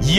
以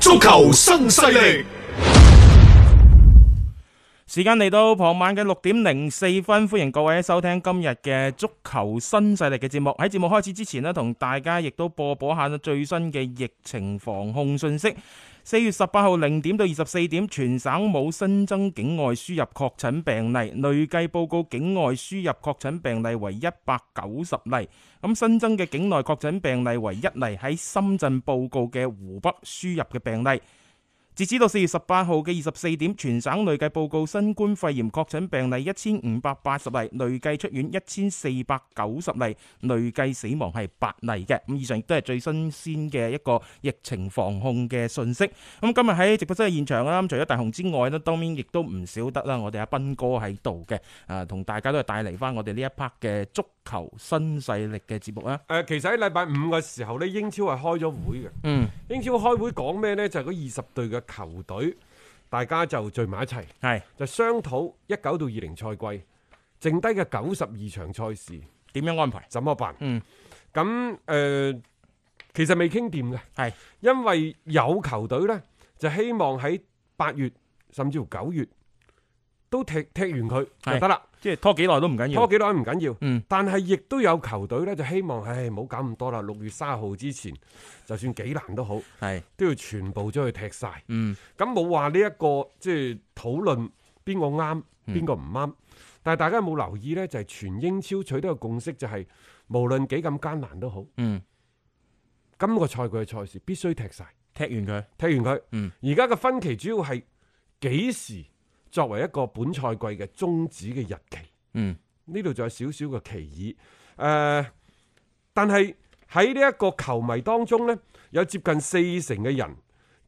足球新勢力，時間嚟到傍晚嘅六點零四分，歡迎各位收聽今日嘅足球新勢力嘅節目。喺節目開始之前呢，同大家亦都播報下最新嘅疫情防控信息。四月十八號零點到二十四點，全省冇新增境外輸入確診病例，累計報告境外輸入確診病例為一百九十例。咁新增嘅境內確診病例為一例，喺深圳報告嘅湖北輸入嘅病例。截止到四月十八號嘅二十四點，全省累計報告新冠肺炎確診病例一千五百八十例，累計出院一千四百九十例，累計死亡係八例嘅。咁以上亦都係最新鮮嘅一個疫情防控嘅信息。咁今日喺直播室嘅現場啦，咁除咗大雄之外呢，當然亦都唔少得啦，我哋阿斌哥喺度嘅，啊，同大家都係帶嚟翻我哋呢一 part 嘅足球新勢力嘅節目啊啦。誒、呃其實喺禮拜五嘅時候呢，英超係開咗會嘅。嗯，英超開會講咩呢？就係嗰二十隊嘅球隊，大家就聚埋一齊，係就商討一九到二零賽季剩低嘅九十二場賽事點樣安排？怎麼辦。嗯，咁誒、其實未傾掂嘅，係因為有球隊呢，就希望喺八月甚至乎九月都踢踢完佢就得啦。即係拖幾耐都唔緊要。拖幾耐唔緊要，嗯但係亦都有球隊咧就希望，唉，唔好搞咁多啦。六月三號之前，就算幾難都好，係都要全部將佢踢晒。嗯咁冇話呢一個即係討論邊個啱，嗯邊個唔啱。但係大家有冇留意呢？就係、全英超取得嘅共識就係、無論幾咁艱難都好，嗯，今個賽季嘅賽事必須踢晒。踢完佢。踢完佢，嗯而家嘅分歧主要係幾時作為一個本賽季嘅終止嘅日期。嗯，呢度仲有少少嘅歧義。誒、但係喺呢一個球迷當中呢，有接近四成嘅人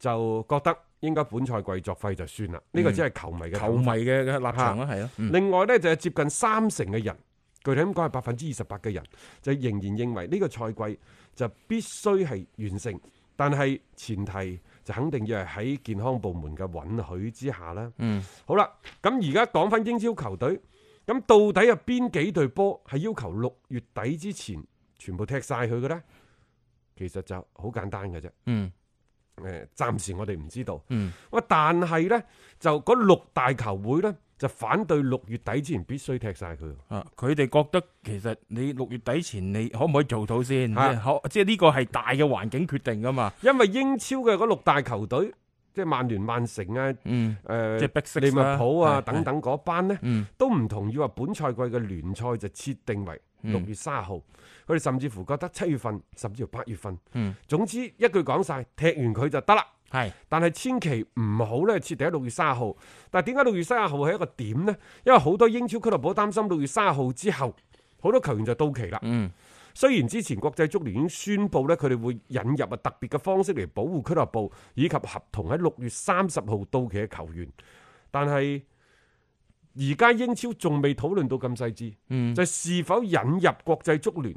就覺得應該本賽季作廢就算啦。呢、個只係球迷嘅球睇迷法。嘅嘅立場啊啦，係咯，嗯另外呢，就有接近三成嘅人，具體咁講係百分之二十八嘅人，就仍然認為呢個賽季就必須係完成，但係前提就肯定要係喺健康部門嘅允許之下啦。嗯，好啦，咁而家講翻英超球隊，咁到底有邊幾隊波係要求六月底之前全部踢晒佢嘅呢？其實就好簡單嘅啫。嗯誒，暫時我哋唔知道。嗯，喂，但係呢，就嗰六大球會呢，就反對六月底之前必須踢晒佢。啊，佢哋覺得其實你六月底前你可唔可以做到先？即啊係可即係呢個係大嘅環境決定噶嘛。因為英超嘅嗰六大球隊，即係曼聯、曼城啊、嗯誒、即係 Big Six 利物啦浦啊係等等嗰班呢，嗯都唔同意話本賽季嘅聯賽就設定為六月三號，佢哋甚至乎覺得七月份甚至乎八月份，嗯總之一句講晒，踢完佢就得啦。係但係千祈唔好咧設定喺六月三號。但係點解六月三號係一個點呢？因為好多英超俱樂部擔心六月三號之後，好多球員就到期啦。嗯雖然之前國際足聯已經宣布咧，佢哋會引入啊特別嘅方式嚟保護俱樂部以及合同喺六月三十號到期嘅球員，但係而家英超仲未討論到咁細緻，嗯就係是否引入國際足聯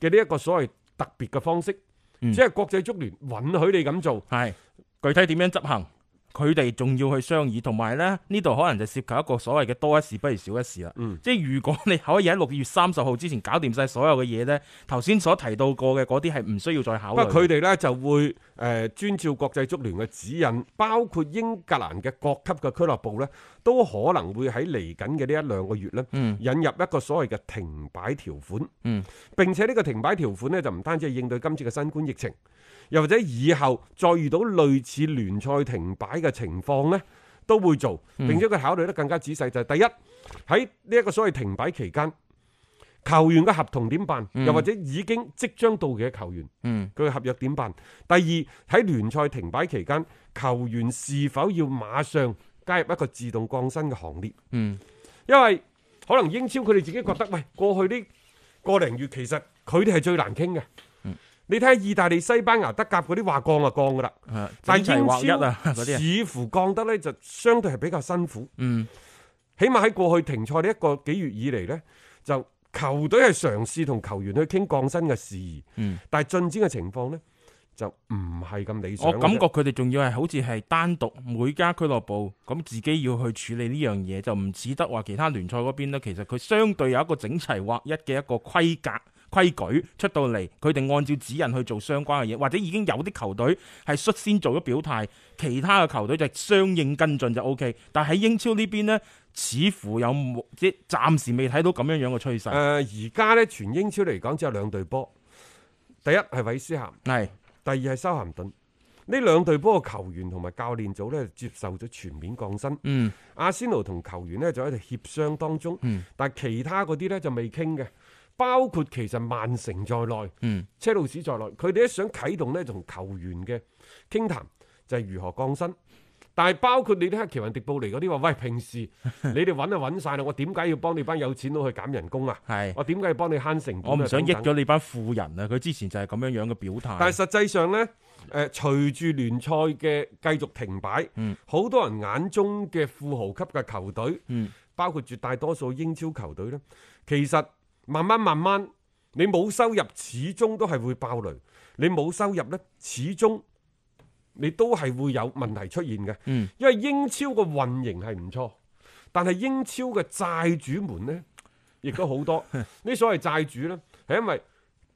嘅呢一個所謂特別嘅方式，嗯即係國際足聯允許你咁做。係，具體點樣執行？佢哋仲要去商議，同埋咧呢度可能就涉及一個所謂嘅多一事不如少一事啦。嗯即係如果你可以喺六月三十號之前搞掂晒所有嘅嘢呢，頭先所提到過嘅嗰啲係唔需要再考不慮過嘅。佢哋呢就會誒、呃、遵照國際足聯嘅指引，包括英格蘭嘅各級嘅俱樂部呢，都可能會喺嚟緊嘅呢一兩個月呢，嗯引入一個所謂嘅停擺條款。嗯，並且呢個停擺條款呢，就唔單止係應對今次嘅新冠疫情，又或者以後再遇到類似聯賽停擺嘅情況呢，都會做，嗯並且佢考慮得更加仔細，就係、第一喺呢一個所謂停擺期間，球員嘅合同點辦？又或者已經即將到期嘅球員，嗯佢嘅合約點辦？第二喺聯賽停擺期間，球員是否要馬上加入一個自動降薪嘅行列？嗯，因為可能英超佢哋自己覺得，喂，過去呢個零月其實佢哋係最難傾嘅。嗯你睇下意大利、西班牙、德甲嗰啲話降就啊降噶啦，係但整齊係英劃一啊超嗰啲啊似乎降得呢就相對係比較辛苦。嗯，起碼喺過去停賽呢一個幾月以嚟呢，就球隊係嘗試同球員去傾降薪嘅事宜，嗯但係進展嘅情況呢，就唔係咁理想嘅我啫。感覺佢哋仲要係好似係單獨每家俱樂部咁自己要去處理呢樣嘢，就唔似得話其他聯賽嗰邊呢。其實佢相對有一個整齊劃一嘅一個規格。規矩出到嚟，佢哋按照指引去做相關嘅嘢，或者已經有啲球隊係率先做咗表態，其他嘅球隊就相應跟進就 O、k 但係喺英超呢邊呢，似乎有冇即係暫時未睇到咁樣樣嘅趨勢。誒呃而家呢，全英超嚟講只有兩隊波，第一係韋斯咸。係第二係修咸頓。呢兩隊波嘅球員同埋教練組呢，接受咗全面降薪。嗯，阿仙奴同球員呢，就喺度協商當中，嗯但係其他嗰啲呢，就未傾嘅，包括其實曼城在內，嗯車路士在內，佢哋一想啟動呢，同球員嘅傾談，就係、如何降薪。但係包括你睇下奇雲迪布尼嗰啲話，喂，平時 你哋揾就揾晒啦，我點解要幫你班有錢佬去減人工啊？係。我點解要幫你慳成本啊我唔想益等等咗你班富人啊！佢之前就係咁樣樣嘅表態。但係實際上呢，誒、隨住聯賽嘅繼續停擺，好、多人眼中嘅富豪級嘅球隊，嗯包括絕大多數英超球隊呢，其實慢慢慢慢，你冇收入始終都係會爆雷，你冇收入呢，始終你都係會有問題出現嘅。嗯因為英超嘅運營係唔錯，但係英超嘅債主們呢，亦都 好多。呢所謂債主呢，係因為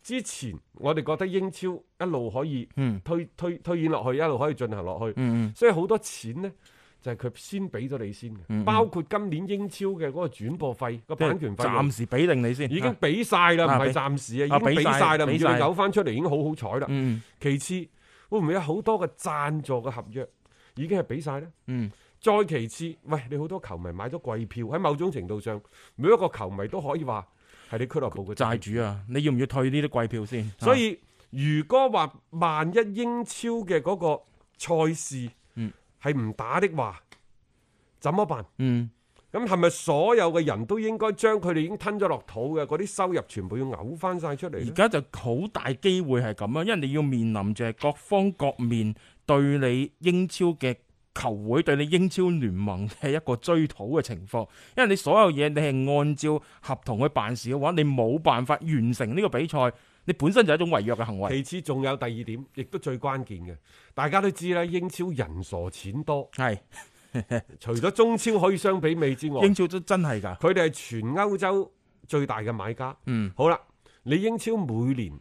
之前我哋覺得英超一路可以嗯推推推演落去，一路可以進行落去，嗯所以好多錢呢，就係、佢先俾咗你先嘅，嗯包括今年英超嘅嗰個轉播費、個即係版權費用暫時俾定你先，已經俾晒啦，啊唔係俾暫時啊，啊已經俾俾晒晒啦，唔俾要晒你扭翻出嚟已經好好彩啦。嗯其次，會唔會有好多嘅贊助嘅合約已經係俾晒呢？嗯，再其次，喂，你好多球迷買咗貴票，喺某種程度上，每一個球迷都可以話係你俱樂部嘅債。主啊，你要唔要退呢啲貴票先？啊所以，如果話萬一英超嘅嗰個賽事嗯係唔打的話，怎麼辦？嗯咁係咪所有嘅人都應該將佢哋已經吞咗落肚嘅嗰啲收入全部要嘔翻晒出嚟而呢？家就好大機會係咁啊，因為你要面臨就係各方各面對你英超嘅球會對你英超聯盟嘅一個追討嘅情況，因為你所有嘢你係按照合同去辦事嘅話，你冇辦法完成呢個比賽，你本身就係一種違約嘅行為。其次，仲有第二點，亦都最關鍵嘅，大家都知啦，英超人傻錢多，係除咗中超可以相比美之外，英超都真係㗎，佢哋係全歐洲最大嘅買家。嗯好啦，你英超每年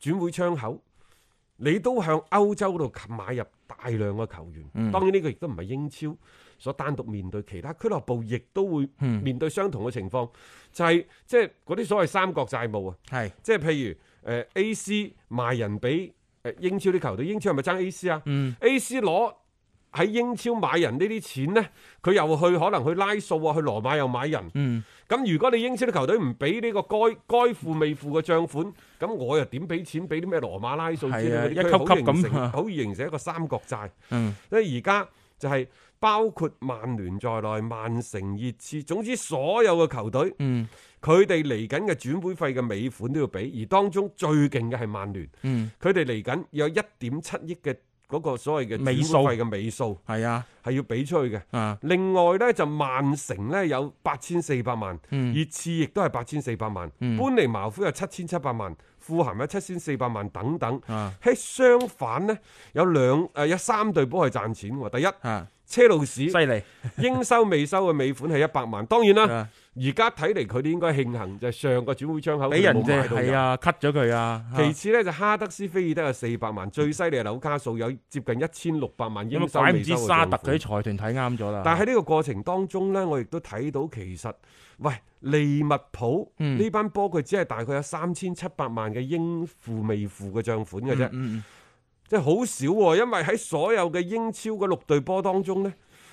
轉會窗口，你都向歐洲嗰度買入大量嘅球員。嗯當然呢個亦都唔係英超所單獨面對，其他俱樂部亦都會嗯面對相同嘅情況，就係即係嗰啲所謂三角債務啊。係即係譬如誒、呃 A.C. 賣人俾誒、呃英超啲球隊，英超係咪爭 A.C. 啊、嗯 a c 攞喺英超買人呢啲錢呢，佢又去可能去拉數啊，去羅馬又買人。嗯咁如果你英超啲球隊唔俾呢個該該付未付嘅帳款，咁我又點俾錢俾啲咩羅馬拉數之係啊類嗰啲一級佢好級咁形成啊好易形成一個三角債。嗯所以而家就係包括曼聯在內、曼城、熱刺，總之所有嘅球隊。嗯佢哋嚟緊嘅轉會費嘅尾款都要俾，而當中最勁嘅係曼聯，嗯，佢哋嚟緊有一點七億嘅嗰個所謂嘅尾數轉會費嘅尾數係啊係要俾出去嘅。啊另外呢，就曼城呢有八千四百萬，嗯熱刺亦都係八千四百萬，班尼茅夫有七千七百萬，富咸有七千四百萬等等。啊喺相反呢，有兩誒、有三隊波係賺錢喎。第一，啊，車路士犀利 應收未收嘅尾款係一百萬，當然啦。啊！而家睇嚟佢哋應該慶幸就係上個轉會窗口俾人哋冇哋買到係人。啊，cut 咗佢啊，其次呢，就哈德斯菲爾德有四百萬，最犀利係紐卡素有接近一千六百萬咁應啊收怪唔未收知嘅沙特帳佢款啲財啊團睇啱咗啦。但喺呢個過程當中呢，我亦都睇到其實，喂利物浦嗯呢班波佢只係大概有三千七百萬嘅應付未付嘅帳款嘅啫，嗯嗯即係好少喎、因為喺所有嘅英超嘅六隊波當中呢，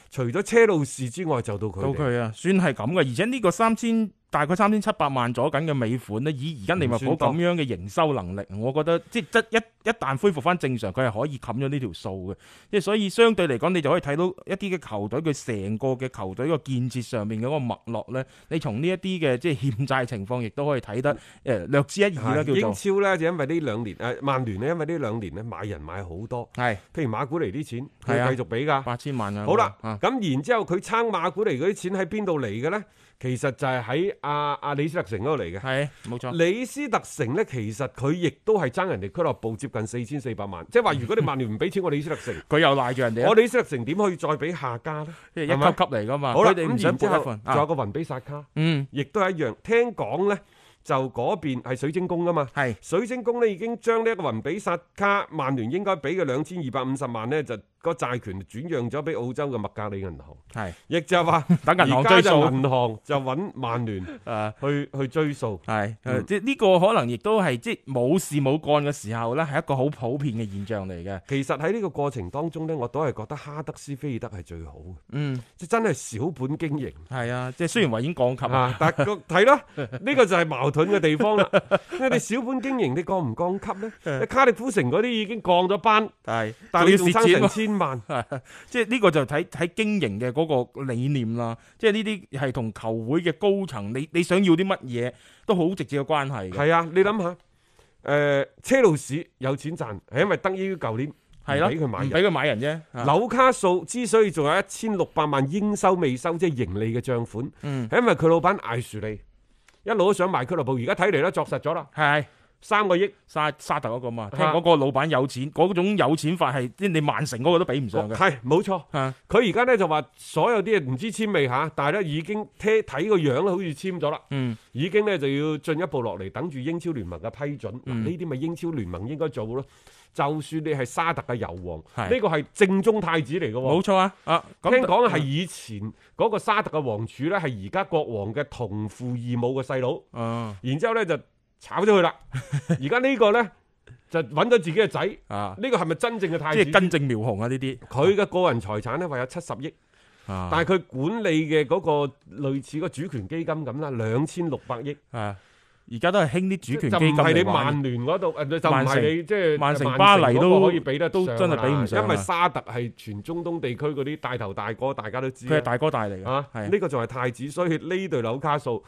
除咗車路士之外，就到佢到哋。佢啊，算係咁嘅。而且呢個三千大概三千七百萬左緊嘅尾款呢，以而家利物浦唔算多咁樣嘅營收能力，我覺得即係一一一旦恢復翻正常，佢係可以冚咗呢條數嘅。即係所以相對嚟講，你就可以睇到一啲嘅球隊佢成個嘅球隊個建設上面嘅嗰個脈絡呢，你從呢一啲嘅即係欠債情況，亦都可以睇得誒、呃略知一二啦，叫嗯係啊英做超呢，就因為呢兩年，誒、呃曼聯呢，因為呢兩年呢，買人買好多，係譬如馬古尼啲錢，啊係啊佢繼續俾㗎。八千萬啊。好啦，啊咁然之後佢撐馬古尼嗰啲錢喺邊度嚟嘅呢？其實就係喺阿阿李斯特城嗰度嚟嘅。係冇錯，李斯特城呢，其實佢亦都係爭人哋俱樂部接近四千四百萬，即係話如果你曼聯唔俾錢我李斯特 城，佢又賴住人哋啊，我李斯特城點可以再俾下家呢？即係一係咪級級嚟噶嘛。好啦，佢哋唔咁想然之撥一後份仲有啊。個雲比薩卡，嗯，亦都係一樣。聽講呢，就嗰邊係水晶宮噶嘛。係水晶宮呢已經將呢一個雲比薩卡曼聯應該俾嘅兩千二百五十萬呢，就個債權轉讓咗俾澳洲嘅麥加利銀行，係亦就係話 等銀行而家追數就銀行就揾曼聯誒。去 去追數。系，誒嗯即係呢個可能亦都係即係冇事冇幹嘅時候咧，係一個好普遍嘅現象嚟嘅。其實喺呢個過程當中呢，我都係覺得哈德斯菲爾德係最好嘅，嗯，即真係小本經 營。係啊，即係雖然話已經降級啊，啊！但係個 睇啦，呢個就係矛盾嘅地方啦。 因為你小本經營，你降唔降級呢？ 你卡利夫城嗰啲已經降咗班，係，仲但係要你仲蝕爭錢 成喎，千萬。À. 即係呢個就睇睇經營嘅嗰個理念啦。即係呢啲係同球會嘅高層，你你想要啲乜嘢都好直接嘅關係嘅。係啊，你諗下，誒車路士有錢賺，係因為得益於舊年係咯，唔俾佢買唔人。俾佢買人啫。啊紐卡素之所以仲有一千六百萬應收未收，即係盈利嘅帳款，嗯，係因為佢老闆艾樹利一路都想賣俱樂部，而家睇嚟咧作實咗啦，係三個億。沙沙特嗰個嘛，啊聽嗰個老闆有錢，嗰種有錢法係即係你曼城嗰個都比唔上嘅。係冇錯，啊佢而家咧就話所有啲嘢唔知簽未嚇，但係咧已經睇睇個樣咧，好似簽咗啦，嗯，已經咧就要進一步落嚟，等住英超聯盟嘅批准。嗱嗯呢啲咪英超聯盟應該做咯。就算你係沙特嘅油王，係呢個係正宗太子嚟嘅冇喎。錯啊。啊，咁聽講係以前嗰個沙特嘅王儲咧，係而家國王嘅同父異母嘅細佬，啊然之後咧就炒咗 佢啦。而家呢個咧就揾咗自己嘅仔，呢啊，個係咪真正嘅太即子係？根正苗紅啊呢啲。佢嘅個人財產咧，話有七十億。啊但係佢管理嘅嗰個類似個主權基金咁啦，兩千六百億，啊，而家都係興啲主權就基唔金係你嚟玩。曼聯嗰度，誒就唔曼係城你即係曼城嗰個巴黎都可以比得都上真係啦比唔上啊因為沙特係全中東地區嗰啲大頭大哥，大家都知佢係啦大哥大嚟嘅，啊，係呢個仲係太子，所以呢對紐卡素。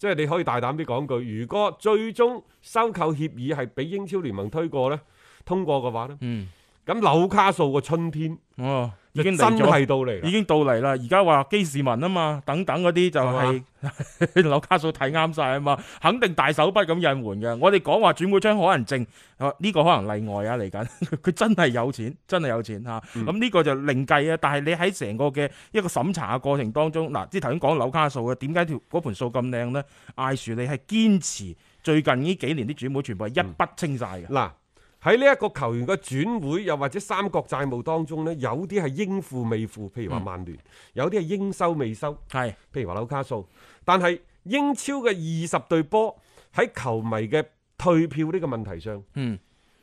即係你可以大膽啲講句，如果最終收購協議係俾英超聯盟推過咧，通過嘅話咧，嗯，咁紐卡素個春天哦，已就經真嚟咗，係到嚟啦已。經到嚟啦。而家話基士文啊嘛，等等嗰啲就係 紐卡素睇啱晒啊嘛，肯定大手筆咁引援嘅。我哋講話轉會窗可能正，啊呢個可能例外啊嚟緊， 佢真係有錢，真係有錢嚇。嗯咁呢個就另計啊。但係你喺成個嘅一個審查嘅過程當中，嗱，即係頭先講紐卡素嘅點解條嗰盤數咁靚呢？艾樹你係堅持最近呢幾年啲轉會全部係一筆清晒嘅。嗱，喺呢一個球員嘅轉會又或者三角債務當中呢，有啲係應付未付，譬如話曼聯；嗯有啲係應收未收，係譬如話紐卡素。但係英超嘅二十隊波喺球迷嘅退票呢個問題上，嗯，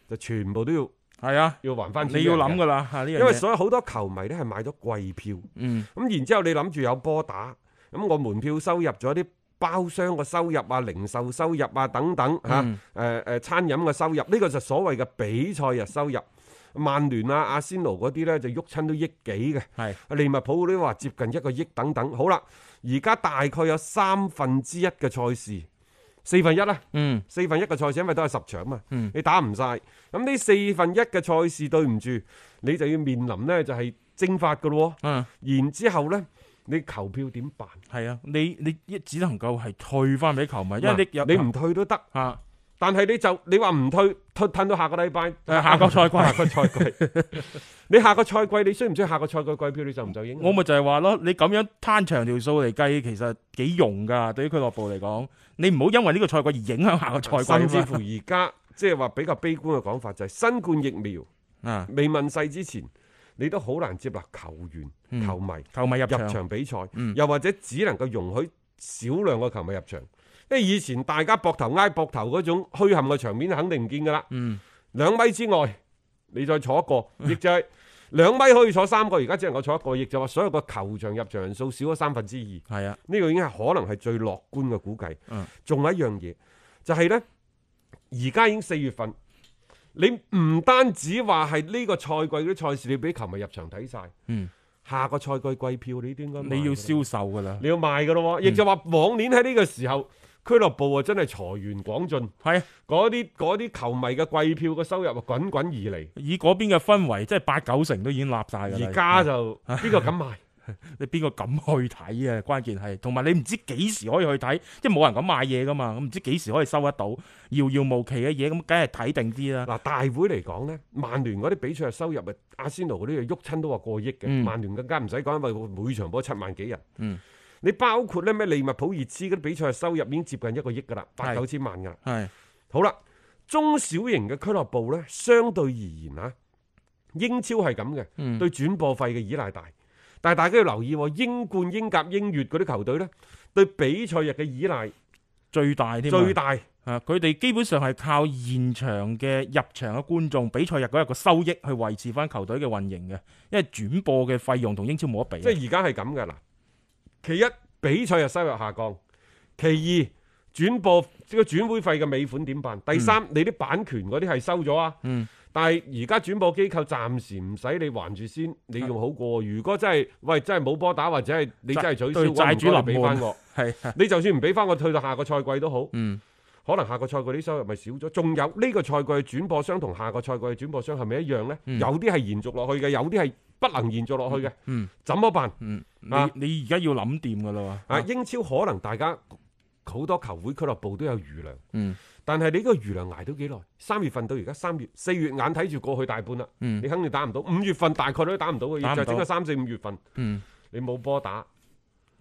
就全部都要係啊，要還翻。你要諗噶，啦嚇呢樣啊因為嘢。所有好多球迷呢係買咗貴票，嗯，咁然之後你諗住有波打，咁我門票收入咗啲。包商嘅收入啊、零售收入啊等等嚇，誒誒、嗯呃餐飲嘅收入，呢、個就所謂嘅比賽日收入。曼聯啊、阿仙奴嗰啲呢，就喐親都億幾嘅，係利物浦嗰啲話接近一個億等等。好啦，而家大概有三分之一嘅賽事，四分一啦，嗯四分一嘅賽事，因為都係十場嘛，嗯你打唔晒。咁呢四分一嘅賽事對唔住，你就要面臨呢，就係蒸發嘅咯喎。嗯，然之後呢，你球票點辦？係啊，你你一只能夠係退翻俾球迷，因為嗱你有你唔退都得，啊但係你就你話唔退，退褪到下個禮拜，誒呃下個賽季 下個賽季，你下個賽季你需唔需要下個賽季季票？你就唔就應？我咪就係話咯，你咁樣攤長條數嚟計，其實幾用噶。對於俱樂部嚟講，你唔好因為呢個賽季而影響下個賽甚季至啊乎而家 即係話比較悲觀嘅講法就係新冠疫苗嘛。啊，未問世之前，你都好難接納球員、嗯球迷球迷入入場，場比賽，嗯又或者只能夠容許少量嘅球迷入場。因為以前大家膊頭挨膊頭嗰種虛冚嘅場面肯定唔見㗎啦。嗯，兩米之外，你再坐一個，亦就係兩米可以坐三個，而家只能夠坐一個，亦就話所有個球場入場人數少咗三分之二。係啊，呢個已經係可能係最樂觀嘅估計嗯。仲、有一樣嘢就係、呢，而家已經四月份，你唔單止話係呢個賽季嗰啲賽事你俾球迷入場睇晒，嗯下個賽季季票你都應該賣你要嗯㗎啦銷售㗎啦，啊你要賣㗎咯喎，亦就話往年喺呢個時候。俱樂部啊，真係財源廣進，係啊嗰啲嗰啲球迷嘅季票嘅收入啊，滾滾而嚟。以嗰邊嘅氛圍，即係八九成都已經立晒㗎啦。而家就邊個敢賣？你邊個敢去睇啊？關鍵係，同埋你唔知幾時可以去睇，即係冇人敢買嘢噶嘛，咁唔知幾時可以收得到，遙遙無期嘅嘢，咁梗係睇定啲啦。嗱，大會嚟講呢，曼聯嗰啲比賽嘅收入啊，阿仙奴嗰啲啊喐親都話過億嘅，嗯曼聯更加唔使講，因為佢每場波七萬幾人。嗯你包括呢咩利物浦、熱刺嗰啲比賽嘅收入已經接近一個億㗎啦，八係九千萬㗎啦。係好啦，中小型嘅俱樂部呢，相對而言啊，英超係咁嘅，嗯對轉播費嘅依賴大。但係大家要留意喎，英冠、英甲、英乙嗰啲球隊呢，對比賽日嘅依賴最大添啊，最大。啊！佢哋基本上係靠現場嘅入場嘅觀眾比賽日嗰日個收益去維持翻球隊嘅運營嘅，因為轉播嘅費用同英超冇得比即啊。係而家係咁噶啦。其一，比賽日收入下降；其二，轉播即係轉會費嘅尾款點辦？第三，你啲版權嗰啲係收咗啊。嗯但係而家轉播機構暫時唔使你還住先，你用好過。如果真係喂真係冇波打，或者係你真係取消，對債主我唔該你立俾翻我。係係你就算唔俾翻我，退到下個賽季都好。嗯可能下個賽季啲收入咪少咗，仲有呢個賽季嘅轉播商同下個賽季嘅轉播商係咪一樣呢？嗯有啲係延續落去嘅，有啲係不能延續落去嘅，嗯怎麼辦？嗯，你啊你而家要諗掂噶啦喎啊，。英超可能大家好多球會俱樂部都有餘糧，嗯但係你呢個餘糧捱到幾耐？三月份到而家三月、四月眼睇住過去大半啦，嗯你肯定打唔到。五月份大概都打唔到嘅，打唔就到整個三四五月份嗯，你冇波打，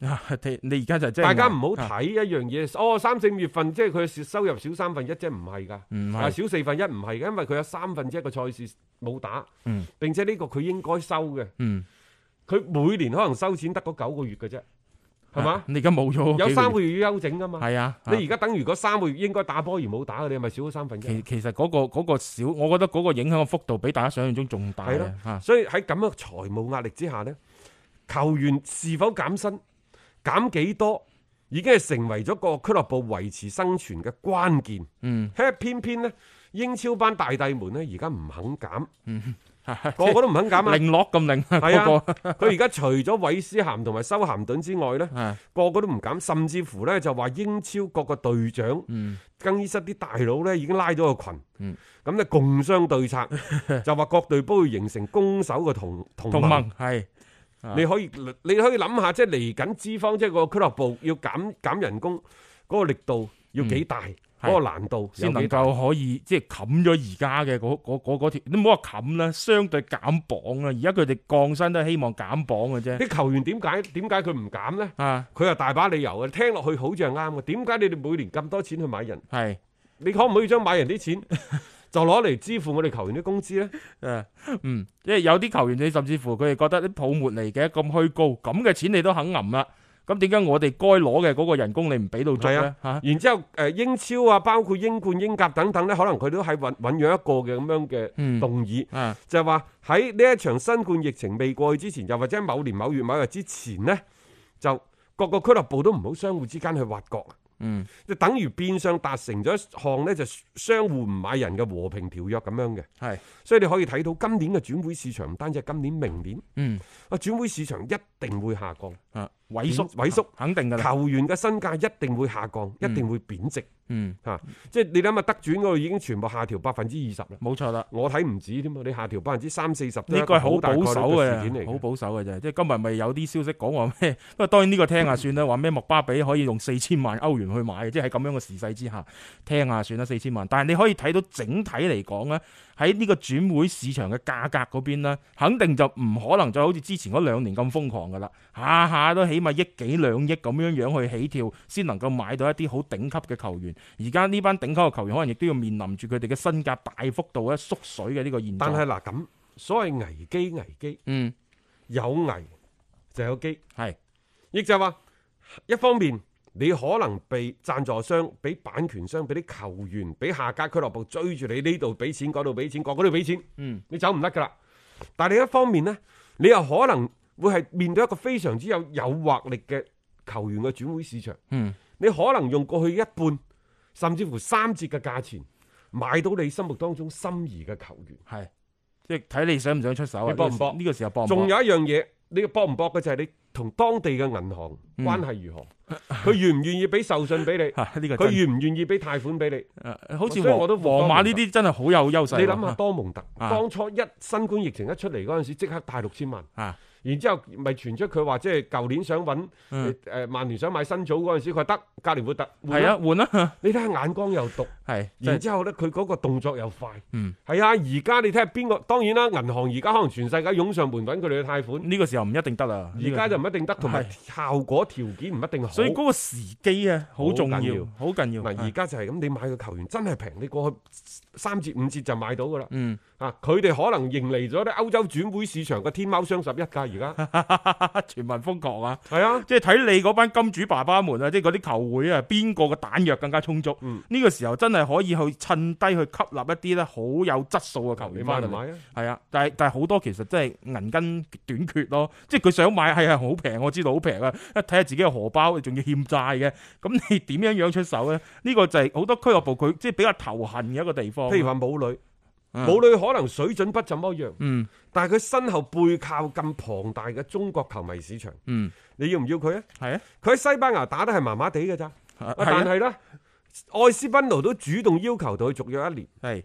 啊你你而家就即係啊大家唔好睇一樣嘢。哦，三四五月份即係佢收入少三分一啫，唔係㗎。唔啊，係少四分一唔係嘅，因為佢有三分之一個賽事冇打，嗯並且呢個佢應該收嘅，嗯。佢每年可能收錢得嗰九個月嘅啫，係嘛啊？你而家冇咗有三個月，月要休整㗎嘛？係啊。啊你而家等如嗰三個月應該打波而冇打嘅，你係咪少咗三分一啊其？其實嗰、個嗰、個小，我覺得嗰個影響嘅幅度比大家想象中仲大係咯啊！嚇所以喺咁嘅財務壓力之下呢，球員是否減薪、減幾多，已經係成為咗個俱樂部維持生存嘅關鍵。嗯，嘿偏偏呢，英超班大帝們呢，而家唔肯減，嗯 個個 個都唔肯減啊！零落咁零 啊，係嗰啊個，佢而家除咗韋斯咸同埋修咸頓之 外呢，係個個都唔減，甚至乎呢就話英超各個隊長、嗯更衣室啲大佬呢已經拉咗個群，咁、嗯咧共商 對策，就話各隊都要形成攻守嘅同同盟。同盟係你可以你可以諗下，即係嚟緊資方，即係個俱樂部要減減人工嗰、個力度要幾大，嗰、係個難度有先能幾大。夠可以即係冚咗而家嘅嗰嗰嗰嗰條，你唔好話冚啦，相對減磅啊啦。而家佢哋降薪都係希望減磅嘅啫。啲球員點解點解佢唔減呢？啊，佢又大把理由嘅，聽落去好似係啱嘅。點解你哋每年咁多錢去買人？係你可唔可以將買人 啲錢就攞嚟支付我哋球員啲工資呢？誒嗯，即係有啲球員你甚至乎佢哋覺得啲泡沫嚟嘅咁虛高，咁嘅錢你都肯揞啦。咁點解我哋該攞嘅嗰個人工你唔俾到足係咧嚇啊？然之後，誒、英超啊，包括英冠、英甲等等呢，可能佢都喺醖醖釀一個嘅咁樣嘅嗯動議，啊！就係話喺呢一場新冠疫情未過去之前，又或者某年某月某日之前呢，就各個俱樂部都唔好相互之間去挖角，嗯，就等於變相達成咗一項呢，就相互唔買人嘅和平條約咁樣嘅。係，所以你可以睇到今年嘅轉會市場唔單止係今年，明年嗯啊轉會市場一定會下降。啊，萎縮萎縮肯定噶啦，球員嘅身價一定會下降，一定會貶值嗯，嚇、即係你諗下德轉嗰度已經全部下調百分之二十啦。冇錯啦。我睇唔止添啊！你下調百分之三四十，呢個係好大保概率守嘅事件嚟嘅，好嘅。保守嘅啫。即係今日咪有啲消息講話咩？ 不過當然呢個聽下算啦，話咩莫巴比可以用四千萬歐元去買，即係喺咁樣嘅時勢之下，聽下算啦，四千萬。但係你可以睇到整體嚟講咧，喺呢個轉會市場嘅價格嗰邊咧，肯定就唔可能再好似之前嗰兩年咁瘋狂噶啦，下下都起碼億幾兩億咁樣樣去起跳，先能夠買到一啲好頂級嘅球員。而家呢班頂級嘅球員可能亦都要面臨住佢哋嘅身價大幅度咧縮水嘅呢個現但狀。係嗱咁，所謂危機危機嗯，有危就有機，係。亦就係話一方面你可能被贊助商、俾版權商、俾啲球員、俾下家俱樂部追住你呢度俾錢，嗰度俾錢，嗰度俾錢，嗯，你走唔甩噶啦。但係另一方面呢，你又可能會係面對一個非常之有誘惑力嘅球員嘅轉會市場。嗯，你可能用過去一半甚至乎三折嘅價錢買到你心目當中心儀嘅球員。係即係睇你想唔想出手啊？你搏唔搏呢個時候搏唔搏仲有一樣嘢，你搏唔搏嘅就係你同當地嘅銀行關係如何，佢願唔願意俾授信 俾你，係 嗯啊呢個佢真願唔願意俾貸款俾你？誒好似所以皇我都皇馬呢啲真係好有優勢喎。你諗下多蒙特啊當初一新冠疫情一出嚟嗰陣時，即刻貸六千萬，啊然之後咪傳出佢話即係舊年想揾嗯誒曼聯想買新組嗰陣時，佢話得格連活特換係啦啊，換啦，你睇下眼光又毒。係即然係之後咧，佢嗰個動作又快，嗯係啊！而家你睇下邊個？當然啦，銀行而家可能全世界湧上門揾佢哋嘅貸款，呢個時候唔一定得啦。呢而個家就唔一定得，同埋效果條件唔一定好。所以嗰個時機啊，好重好緊要要，好緊要。嗱，而家就係咁，你買個球員真係平，你過去三折五折就買到噶啦。嗯，啊，佢哋可能迎嚟咗咧歐洲轉會市場嘅天貓雙十一㗎，而家全民瘋狂啊！係啊，即係睇你嗰班金主爸爸們啊，即係嗰啲球會啊，邊個嘅彈藥更加充足？呢、嗯個時候真係可以去趁低去吸納一啲咧好有質素嘅球你員買翻嚟。唔買啊？係啊，但係但係好多其實真係銀根短缺咯，即係佢想買係係好平，我知道好平啊，一睇下自己嘅荷包仲要欠債嘅，咁 你點樣樣出手咧？呢、個就係好多俱樂部佢即係比較頭痕嘅一個地方。譬如話母女，嗯母女可能水準不怎麼樣，嗯但係佢身後背靠咁龐大嘅中國球迷市場，嗯，你要唔要佢啊？係啊，佢喺西班牙打得係麻麻地嘅咋，係但啊係咧，愛斯賓奴都主動要求到佢續約一年。係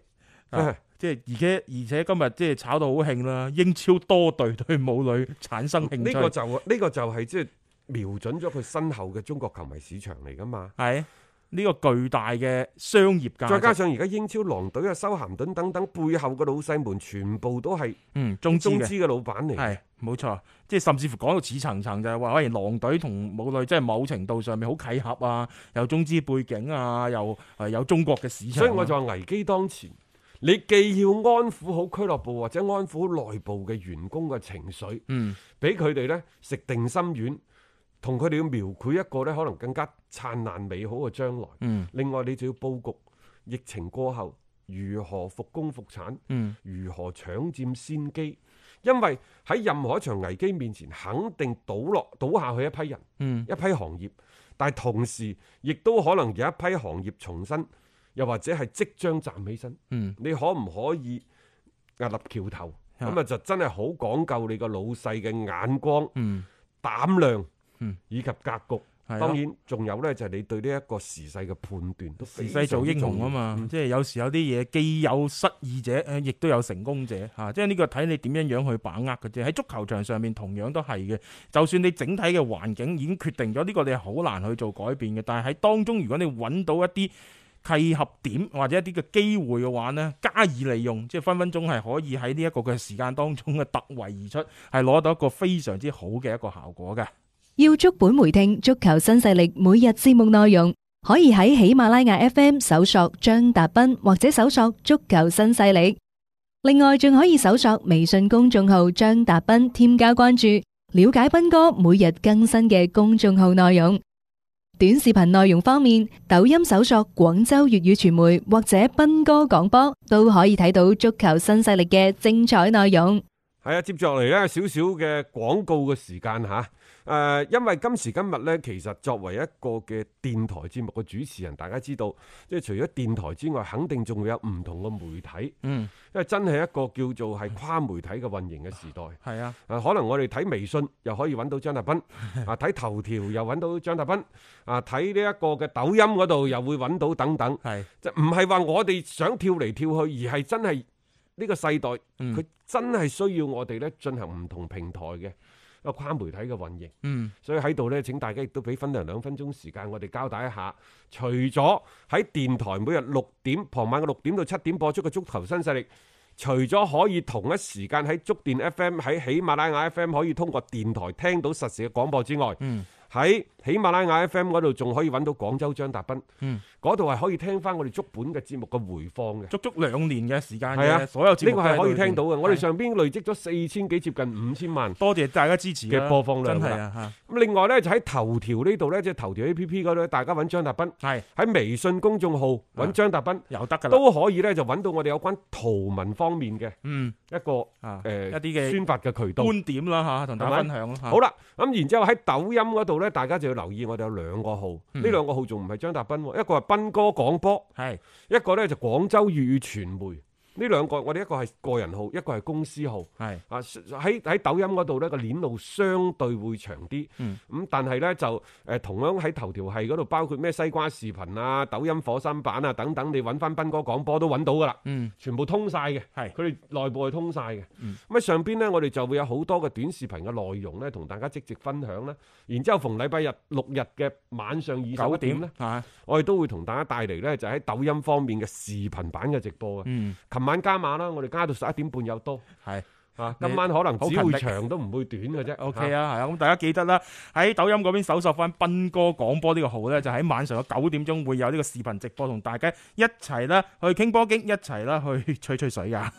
啊即係而且而且今日即係炒到好興啦，英超多隊對母女產生興呢趣。個就呢、個就係即係瞄準咗佢身後嘅中國球迷市場嚟噶嘛。係啊呢、個巨大嘅商業價值，再加上而家英超狼隊啊、修咸頓等等背後嘅老細們，全部都係嗯中資中嘅資嘅老闆嚟。係冇錯，即係甚至乎講到似層層就係話，喂狼隊同母女即係某程度上面好契合啊，有中資背景啊，又誒有中國嘅市場啊、所以我就話危機當前，你既要安撫好俱樂部或者安撫好內部嘅員工嘅情緒，嗯俾佢哋呢食定心丸，同佢哋要描繪一個呢可能更加燦爛美好嘅將來。嗯另外，你就要佈局疫情過後如何復工復產。嗯如何搶佔先機，因為喺任何一場危機面前，肯定倒落倒下去一批人、嗯一批行業，但係同時亦都可能有一批行業重新，又或者係即將站起身。嗯你可唔可以屹立橋頭？啊咁啊，就真係好講究你個老細嘅眼光、嗯，膽量嗯，以及格局。係、當。然，仲有呢，就係你對呢一個時勢嘅判斷都時時勢造英雄啊嘛，即係有時有啲嘢既有失意者，誒亦都有成功者嚇、即係呢個睇你點樣樣去把握嘅啫。喺足球場上面同樣都係嘅，就算你整體嘅環境已經決定咗，呢、個你係好難去做改變嘅。但係喺當中，如果你揾到一啲契合點或者一啲嘅機會嘅話呢加以利用，即係分分鐘係可以喺呢一個嘅時間當中嘅突圍而出，係攞到一個非常之好嘅一個效果嘅。要足本回聽足球新勢力每日節目內容，可以喺喜馬拉雅 FM 搜索張達斌或者搜索足球新勢力。另外，仲可以搜索微信公眾號張達斌，添加關注，了解斌哥每日更新嘅公眾號內容。短視頻內容方面，抖音搜索廣州粵語傳媒或者斌哥廣播，都可以睇到足球新勢力嘅精彩內容。係啊，接住落嚟呢，少少嘅廣告嘅時間吓。誒、因為今時今日呢，其實作為一個嘅電台節目嘅主持人，大家知道，即係除咗電台之外，肯定仲會有唔同嘅媒體，因嗯，為真係一個叫做係跨媒體嘅運營嘅時代。係啊，啊，可能我哋睇微信又可以揾到張達斌，啊睇頭條又揾到張達斌，啊睇呢一個嘅抖音嗰度又會揾到等等，係就唔係話我哋想跳嚟跳去，而係真係呢個世代嗯佢真係需要我哋咧進行唔同平台嘅一個跨媒體嘅運營。嗯所以喺度咧，請大家亦都俾分量兩分鐘時間，我哋交代一下。除咗喺電台每日六點傍晚嘅六點到七點播出嘅足球新勢力，除咗可以同一時間喺觸電 FM、喺喜馬拉雅 FM 可以通過電台聽到實時嘅廣播之外，嗯喺喜馬拉雅 FM 嗰度仲可以揾到廣州張達斌嗯，嗰度係可以聽翻我哋足本嘅節目嘅回放嘅。足足兩年嘅時間係啊嘅，所有節呢目個係可以聽到嘅，我哋係上邊累積咗四千幾，接近五千萬。多謝大家支持啦嘅播放量真係啊咁另外呢，就喺頭條呢度呢，即係頭條 A P P 嗰度呢，大家揾張達斌，嚇，係喺微信公眾號揾張達斌，又得㗎啦，都可以呢，就揾到我哋有關圖文方面嘅嗯一個啊誒一啲嘅宣發嘅渠道。觀啊點啦嚇，同大家分享啦嚇好啦，咁然之後喺抖音嗰度呢，大家就要留意我哋有兩個號，呢嗯兩個號仲唔係張達斌喎，一個係斌哥廣播，係一個呢就廣州粵語傳媒。呢兩個我哋一個係個人號，一個係公司號。係啊，喺喺抖音嗰度呢個鏈路相對會長啲，咁、嗯但係呢，就誒、呃同樣喺頭條係嗰度，包括咩西瓜視頻啊、抖音火山版啊等等，你揾翻斌哥廣播都揾到噶啦，嗯全部通晒嘅，係嗯佢哋內部係通晒嘅。咁喺、上邊呢，我哋就會有好多嘅短視頻嘅內容呢，同大家即席分享啦。然之後逢禮拜日六日嘅晚上二十九一點點呢，嚇，我哋都會同大家帶嚟呢，就喺抖音方面嘅視頻版嘅直播啊。嗯琴晚加碼啦，我哋加到十一點半有多。係。啊，你今晚可能只好勤會力長都唔會短嘅啫。 O K 啊，係啊，咁大家記得啦，喺抖音嗰邊搜索翻斌哥廣播呢個號呢，就喺晚上嘅九點鐘會有呢個視頻直播，同大家一齊啦去傾波經，一齊啦去吹吹水噶。